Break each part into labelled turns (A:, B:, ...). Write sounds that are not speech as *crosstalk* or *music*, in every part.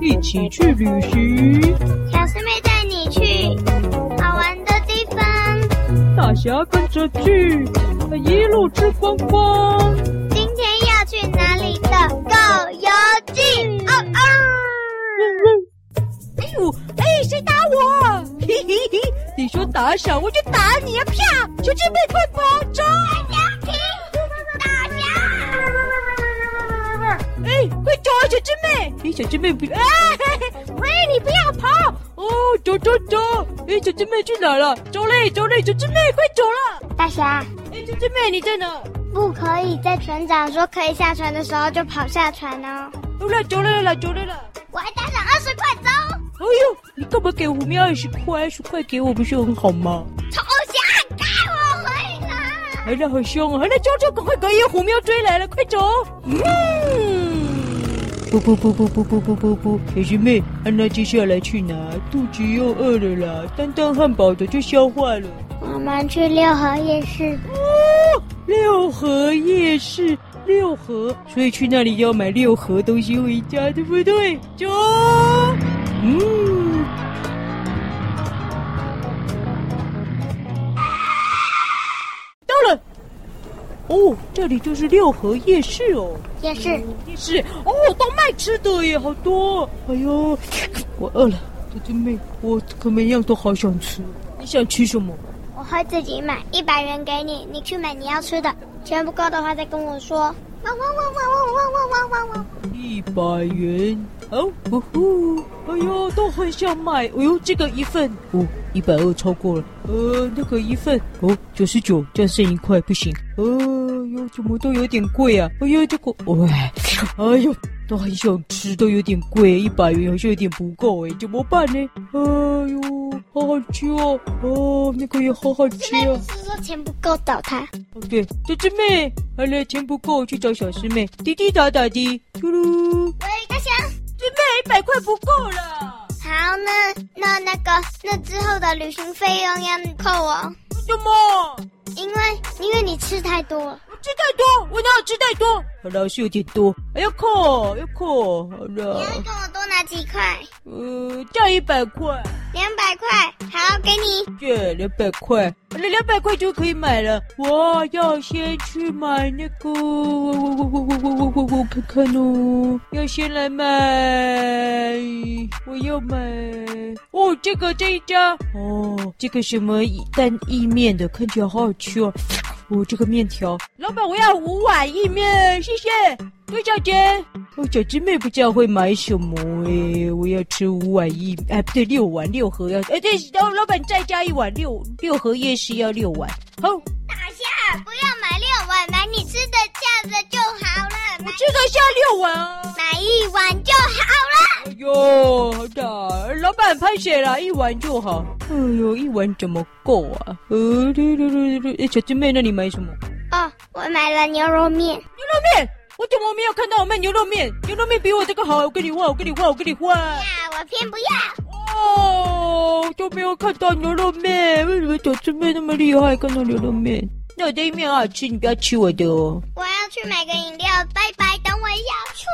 A: 一起去旅行。
B: 小师妹带你去好玩的地方，
A: 大侠跟着去，一路吃光光。
B: 今天要去哪里的《狗游记》哦哦。
C: 哎呦，嗯哎，谁打我？嘿嘿嘿，你说打赏我就打你啊！啪！求师妹快保重！
B: 停！大侠，
C: 哎，快走啊，小师妹！哎，小师妹不，哎，喂，你不要跑！哦，走走走！哎，小师妹去哪了？走嘞，走嘞，小师妹快走了！
B: 大侠，
C: 哎，小师妹你在哪？
B: 不可以在船长说可以下船的时候就跑下船哦。
C: 走了，走了了，走了了。
B: 我还带了二十块走，
C: 哎呦，你干嘛给我们二十块？二十块给我不是很好吗？
B: 投降，带我回来。
C: 来了，好凶啊！来了，走走，赶快，赶夜虎喵追来了，快走！嗯，不不不不不不不不不，小师妹，安娜接下来去哪？肚子又饿了啦，单单汉堡的就消化了。
B: 我们去六合夜市，
C: 哦，六合夜市，六合，所以去那里要买六合东西回家，对不对？走，哦嗯。到了，哦，这里就是六合夜市哦。
B: 夜市
C: 夜市哦，都卖吃的耶，好多。哎呦，我饿了，弟弟妹，我可每样都好想吃。你想吃什么？
B: 我会自己买，一百元给你，你去买你要吃的，钱不够的话再跟我说。汪汪汪汪汪汪汪汪汪！
C: 一百元，哦，呼呼，哎呦，都很想买，哎呦，这个一份，哦，一百二超过了，呃，那个一份，哦，九十九，这样剩一块不行，呃，呦，怎么都有点贵啊，哎呦，这个，喂、哎呦，都很想吃，都有点贵，一百元好像有点不够哎，怎么办呢？哎呦，好好吃哦，哦，那个也好好吃哦。
B: 是说钱不够找他？
C: 哦，对，小师妹，好了，钱不够去找小师妹，滴滴答答滴，嘟噜。
B: 喂，大侠。
C: 师妹，一百块不够了。
B: 好，那那那个那之后的旅行费用要你扣我，
C: 为什么？
B: 因为因为你吃太多了。
C: 我吃太多，我哪有吃太多？好了，是有点多，还要扣，要扣。好
B: 你
C: 了
B: 要，跟我多拿几块？
C: 呃，再一百块，
B: 两百块，好，给你。
C: 这两百块，好了，两百块就可以买了。我要先去买那个，我我我我我我我我我看看哦，要先来买，我要买哦，这个这一家哦，这个什么意蛋意面的，看起来好好吃哦。哦，这个面条，老板，我要五碗意面，谢谢。多少钱？哦，小师妹不知道会买什么诶，我要吃五碗意，哎，不对，六碗六盒要，哎，对，老老板再加一碗六六盒夜市要六碗。好，我
B: 大侠，不要买六碗，买你吃的这样子就好了，买
C: 这个下六碗啊。
B: 买一碗就好了。
C: 哎呦，好大！老板拍水啦，一碗就好。哎呦，一碗怎么够啊？呃，对对对对对，哎小师妹那里买什么？
B: 哦，我买了牛肉面，
C: 牛肉面，我怎么没有看到我卖牛肉面？牛肉面比我这个好，我跟你换，我跟你换，我跟你换。
B: 呀，我偏不要。
C: 哦，都没有看到牛肉面，为什么小吃妹那么厉害？看到牛肉面，那我的意面好好吃，你不要吃我的哦。
B: 我要去买个饮料，拜拜，等我一下。咻，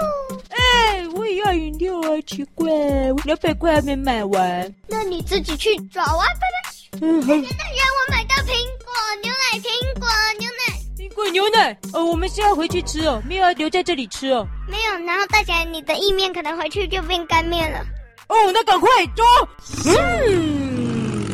C: 哎，我也要饮料啊，奇怪，我两百块还没买 *laughs* 完。
B: 那你自己去找啊，拜拜。
C: 嗯，好，
B: 大侠，我买到苹果牛奶，苹果牛奶
C: 苹果牛奶，呃，我们是要回去吃哦，没有要留在这里吃哦。
B: 没有。然后大侠，你的意面可能回去就变干面了。
C: 哦，那赶快走。嗯，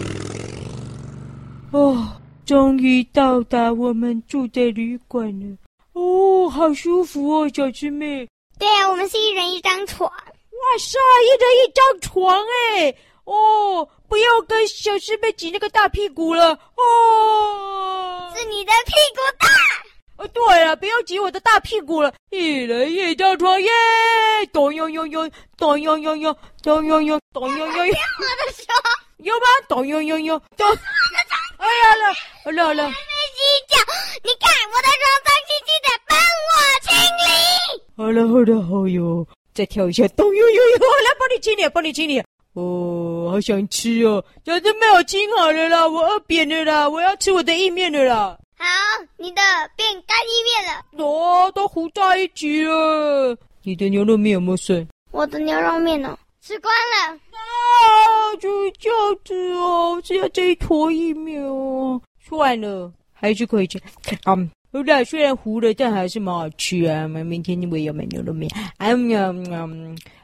C: 哦，终于到达我们住的旅馆了。哦，好舒服哦，小师妹。
B: 对啊，我们是一人一张床。
C: 哇塞，一人一张床哎！哦，不要跟小师妹挤那个大屁股了哦。
B: 是你的屁股大。
C: 哦，对了，不要挤我的大屁股了。一人一张床耶！咚呦呦呦，咚呦呦呦，咚呦呦，咚呦呦呦，
B: 我的手
C: 有吗？咚呦呦呦，咚。哎呀，好了好了好了，
B: 被洗脚，你看我的手脏兮兮的，帮我清理。
C: 好了好了，好哟，再跳一下，咚呦呦呦，好了，帮你清理，帮你清理。哦，好想吃哦，小师妹，我清好了啦，我饿扁了啦，我要吃我的意面了啦。
B: 好，你的变干意面了。
C: 哦，都糊在一起了。你的牛肉面有没有剩？
B: 我的牛肉面呢？哦吃光了。
C: 啊，就是这样子哦，只有这一坨疫苗哦。算了，还是可以吃。嗯，有点虽然糊了，但还是蛮好吃啊。明天我也要买牛肉面。哎呀呀，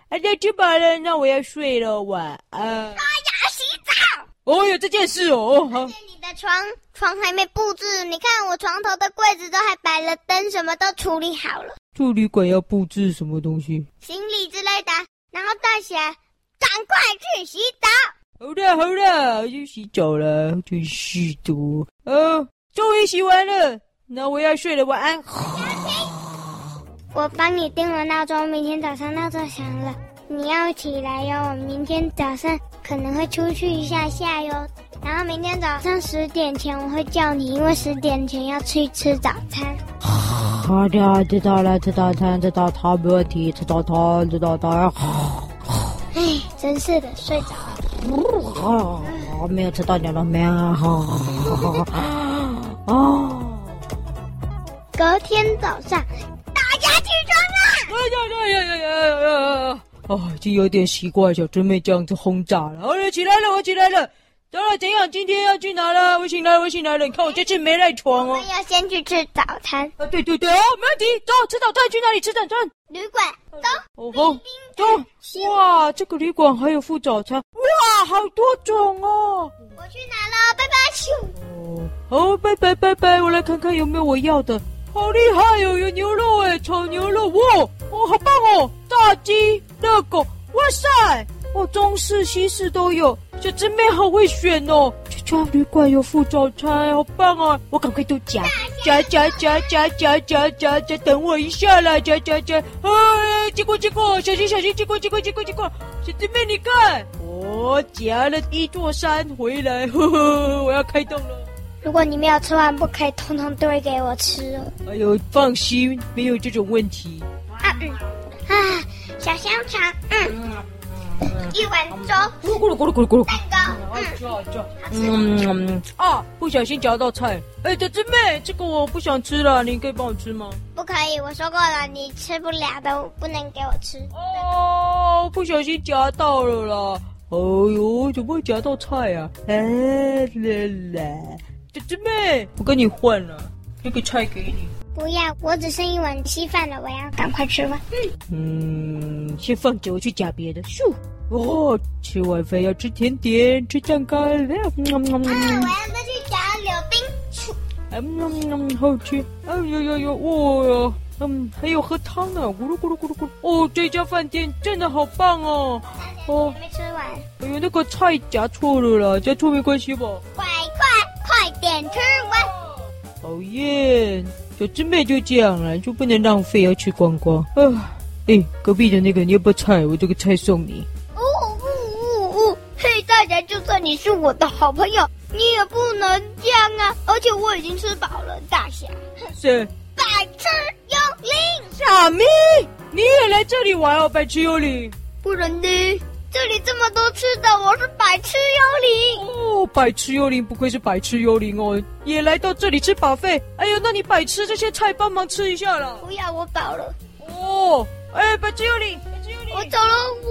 C: 大家哎吃饱了，那我要睡了，晚安。
B: 要洗澡。
C: 哦，有这件事哦，好。
B: 你的床床还没布置，你看我床头的柜子都还摆了灯，什么都处理好了，
C: 住旅馆要布置什么东西？
B: 行李之类的，然后大写赶快去洗澡。
C: 好了好了，去洗澡了，真是的。哦，终于洗完了，那我要睡了，晚安。
B: 我帮你定了闹钟，明天早上闹钟响了，你要起来哟。明天早上可能会出去一下下哟，然后明天早上十点前我会叫你，因为十点前要去吃早餐。
C: 好的，知道了，知道他，知道他，没问题，知道他，知道他。
B: 唉，真是的，睡着了。
C: 啊，没有吃到牛肉面啊！啊！
B: 隔天早上，大家起床啦！啊
C: 哎呀呀呀呀呀呀！啊，已经有点习惯小真妹这样子轰炸了。好了，起来了，我起来了。怎了怎样？今天要去哪了？我醒来，我醒来了。你看我这次没赖床
B: 我
C: 哦
B: 们。要先去吃早餐，
C: 啊，对对对，哦，没问题。走，吃早餐去哪里吃早餐？
B: 旅馆走。
C: 哦吼，走！哇，这个旅馆还有附早餐，哇，好多种哦。
B: 我去哪了？拜拜！咻。
C: 哦，好，拜拜拜拜，我来看看有没有我要的。好厉害哦，有牛肉哎，炒牛肉哇，哦，好棒哦，炸鸡、热狗，哇塞，哦，中式、西式都有，小真妹好会选哦。这家旅馆有附早餐，好棒啊！我赶快都夹夹夹夹夹夹夹夹夹，等我一下啦，夹夹夹，啊，结果结果，小心小心，结果结果结果结果，小真妹你看，我夹了一座山回来，呵呵，我要开动了。
B: 如果你没有吃完，不可以通通堆给我吃哦。
C: 哎呦，放心，没有这种问题。
B: 啊嗯，啊，小香肠，嗯，一碗粥，
C: 咕噜咕噜咕噜咕噜咕噜。
B: 蛋糕，嗯，
C: 嗯啊，不小心夹到菜。哎，小姊妹，这个我不想吃了，你可以帮我吃吗？
B: 不可以，我说过了，你吃不了的，不能给我吃。
C: 哦，不小心夹到了啦。哎呦，怎么会夹到菜啊？哎啦啦，小姊妹，我跟你换了，这个菜给你。
B: 不要，我只剩一碗稀饭了，我要赶快吃完。
C: 嗯，先放着，我去夹别的。咻，哦，吃完饭要吃甜点，吃蛋糕嗯了。
B: 啊，我要再去夹柳丁。咻
C: 嗯嗯嗯，好吃。哎呦呦呦，哦哟，嗯，还有喝汤呢，咕噜咕噜咕噜咕噜。哦，这家饭店真的好棒哦。哦
B: 还，没吃完，
C: 哎呦，那个菜夹错了啦，夹错没关系吧？
B: 快快快点吃完。
C: 讨厌，小姊妹就这样了，就不能浪费，要吃光光。啊，哎，隔壁的那个，你要不要菜？我这个菜送你。
B: 哦呜呜呜！嘿，大家，就算你是我的好朋友，你也不能这样啊！而且我已经吃饱了，大侠。
C: 是
B: 百吃幽灵，
C: 傻咪，你也来这里玩哦，白痴幽灵。
B: 不然呢？这里这么多吃的，我是百吃幽灵。
C: 哦，白痴幽灵不愧是白痴幽灵哦，也来到这里吃把费。哎呦，那你白痴这些菜帮忙吃一下啦。
B: 不要，我饱了，
C: 哦，哎，白痴幽灵，白痴幽灵，
B: 我走了。呜呜呜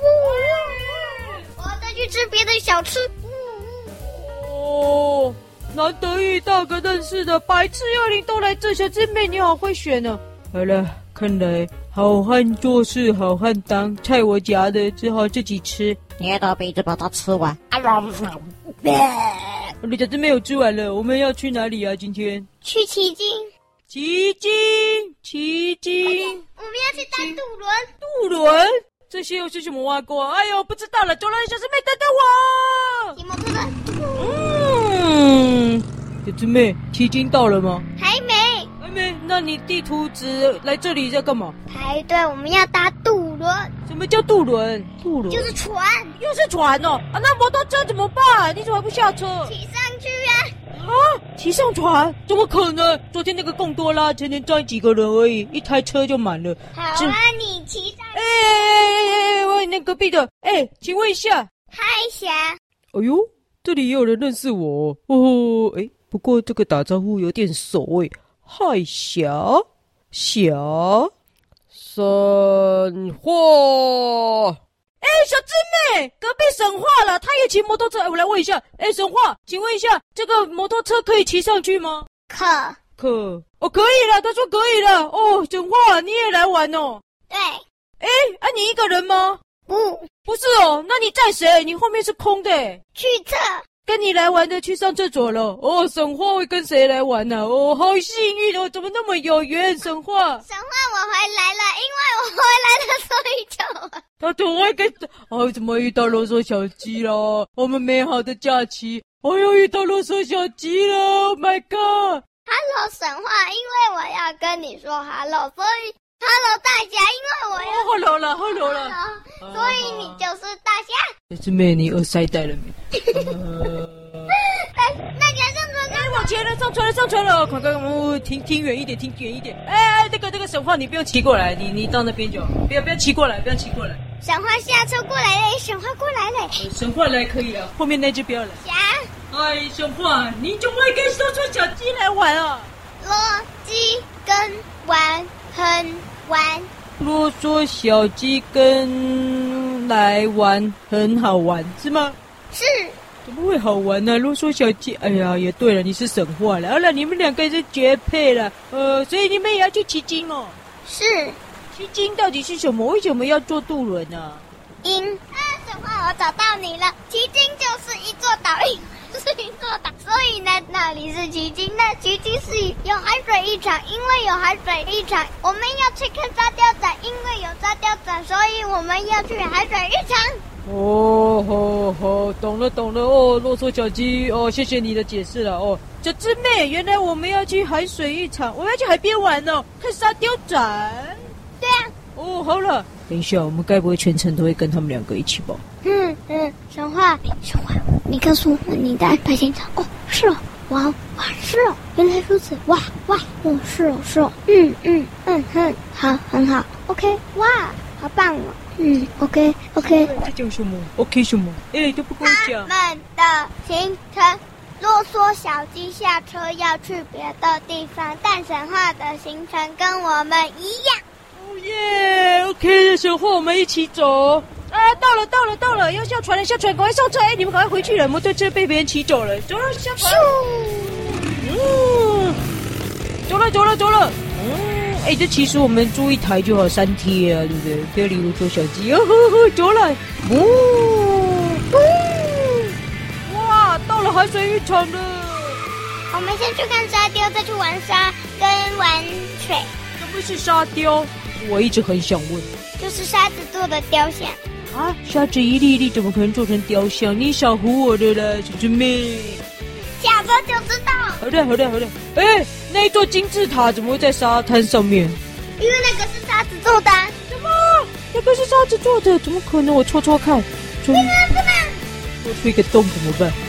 B: 呜！我要再去吃别的小吃。呜呜
C: 哦，难得遇到个认识的白痴幽灵都来这，小姐妹你好会选呢、好了，看来好汉做事好汉当，菜我夹的，只好自己吃。
D: 捏着鼻子把它吃完。
C: 我的小姐妹有吃完了，我们要去哪里啊？今天
B: 去奇经，
C: 奇经，奇经。
B: 我们要去丹渡轮。
C: 渡轮，这些又是什么蛙锅？哎呦，不知道了，走了，小师妹，等等
B: 骑摩托车
C: 我。嗯，小师妹，七经到了吗？
B: 还没
C: 还没。那你地图纸来这里在干嘛？
B: 排队，我们要搭渡轮，
C: 什么叫渡轮？渡轮
B: 就是船，
C: 又是船哦。啊，那摩托车怎么办？你怎么还不下车？
B: 骑上去啊！
C: 啊，骑上船？怎么可能？昨天那个贡多拉才能载几个人而已，一台车就满了。
B: 好
C: 这
B: 啊，你骑上
C: 哎哎哎哎！喂，那隔壁的，哎，请问一下，
B: 嗨侠，
C: 哎呦，这里也有人认识我哦哦。哎，不过这个打招呼有点熟哎。嗨，小小三花。哎，小智妹，隔壁神话了，他也骑摩托车。哎，我来问一下，哎，神话，请问一下，这个摩托车可以骑上去吗？
B: 可
C: 可，哦，可以了，他说可以了。哦，神话，你也来玩哦。
B: 对
C: 哎，啊，你一个人吗？
B: 不
C: 不是哦，那你载谁？你后面是空的哎。
B: 去厕，
C: 跟你来玩的去上厕所了。哦，神话会跟谁来玩呢、哦，好幸运哦，怎么那么有缘？神话，
B: 神话我回来了，因为我回来了，所以就玩
C: 他总会跟……哦，怎么遇到啰嗦小鸡了？我们美好的假期，我又遇到啰嗦小鸡了！Oh my god！
B: Hello 神话，因为我要跟你说 Hello，所以 Hello 大家，因为我
C: 哦
B: 要，
C: 后楼了，后楼了。
B: Hello，所以你就是大家。 *laughs*
C: 小师妹，你耳塞戴了没？呃
B: 那那个上车
C: 哎，往前了，上船了，上船了！快快，我、哦、停停远一点，停远一点。哎，哎那个那个神话，你不用骑过来，你你到那边就好，不要不要骑过来，不要骑过来。
B: 神话下车过来嘞，神话过来嘞，
C: 呃神话来可以啊，后面那只不要来。
B: 侠
C: 哎，小胖，你怎么会跟说出小鸡来玩啊？
B: 逻辑跟玩很玩，
C: 啰嗦小鸡跟来玩很好玩是吗？
B: 是
C: 怎么会好玩呢、啰嗦小鸡，哎呀，也对了，你是神话了。好了，你们两个是绝配了，呃，所以你们也要去骑鲸哦。
B: 是
C: 骑鲸到底是什么？为什么要坐渡轮呢、啊？
B: 因。啊，神话我找到你了，奇经就是一座岛，一是一座岛，所以呢，那里是奇经，那奇经是有海水一场，因为有海水一场，我们要去看沙雕展，因为有沙雕展，所以我们要去海水浴场。
C: 哦吼吼，懂了懂了哦，啰嗦小鸡哦，谢谢你的解释了哦。小智妹，原来我们要去海水浴场，我们要去海边玩哦，看沙雕展。
B: 对啊，
C: 哦，好了，等一下，我们该不会全程都会跟他们两个一起吧？
B: 嗯嗯，神话，神话，你告诉我你的安排行程哦，是哦，哇哦哇是哦，原来如此，哇哇，哦是哦是哦，嗯嗯嗯哼，好很好，OK，哇，好棒哦，嗯，OK OK，
C: 这叫什么？OK 什么？哎，都不跟我
B: 他
C: 讲。
B: 们的行程。啰嗦小鸡下车要去别的地方，但神话的行程跟我们一样。
C: 哦耶，OK 的神话，我们一起走。啊，到了到了到了，要下船了，下船，赶快上车！哎，你们赶快回去了，摩托车被别人骑走了。走了，下船。嗯，走了走了走了。嗯，哎，这其实我们租一台就好，三 T 啊，对不对？不要理我做小鸡，哦吼吼，走了。哦，哇，到了海水浴场了。
B: 我们先去看沙雕，再去玩沙跟玩水，
C: 什么是沙雕？我一直很想问
B: 就是沙子做的雕像。
C: 啊，沙子一粒一粒怎么可能做成雕像？你少唬我的啦，小师妹。
B: 下车就知道，
C: 好的，好的，好的。哎，那一座金字塔怎么会在沙滩上面？
B: 因为那个是沙子做的啊。
C: 什么？那个是沙子做的？怎么可能？我戳戳看，戳
B: 这个
C: 戳出一个洞怎么办？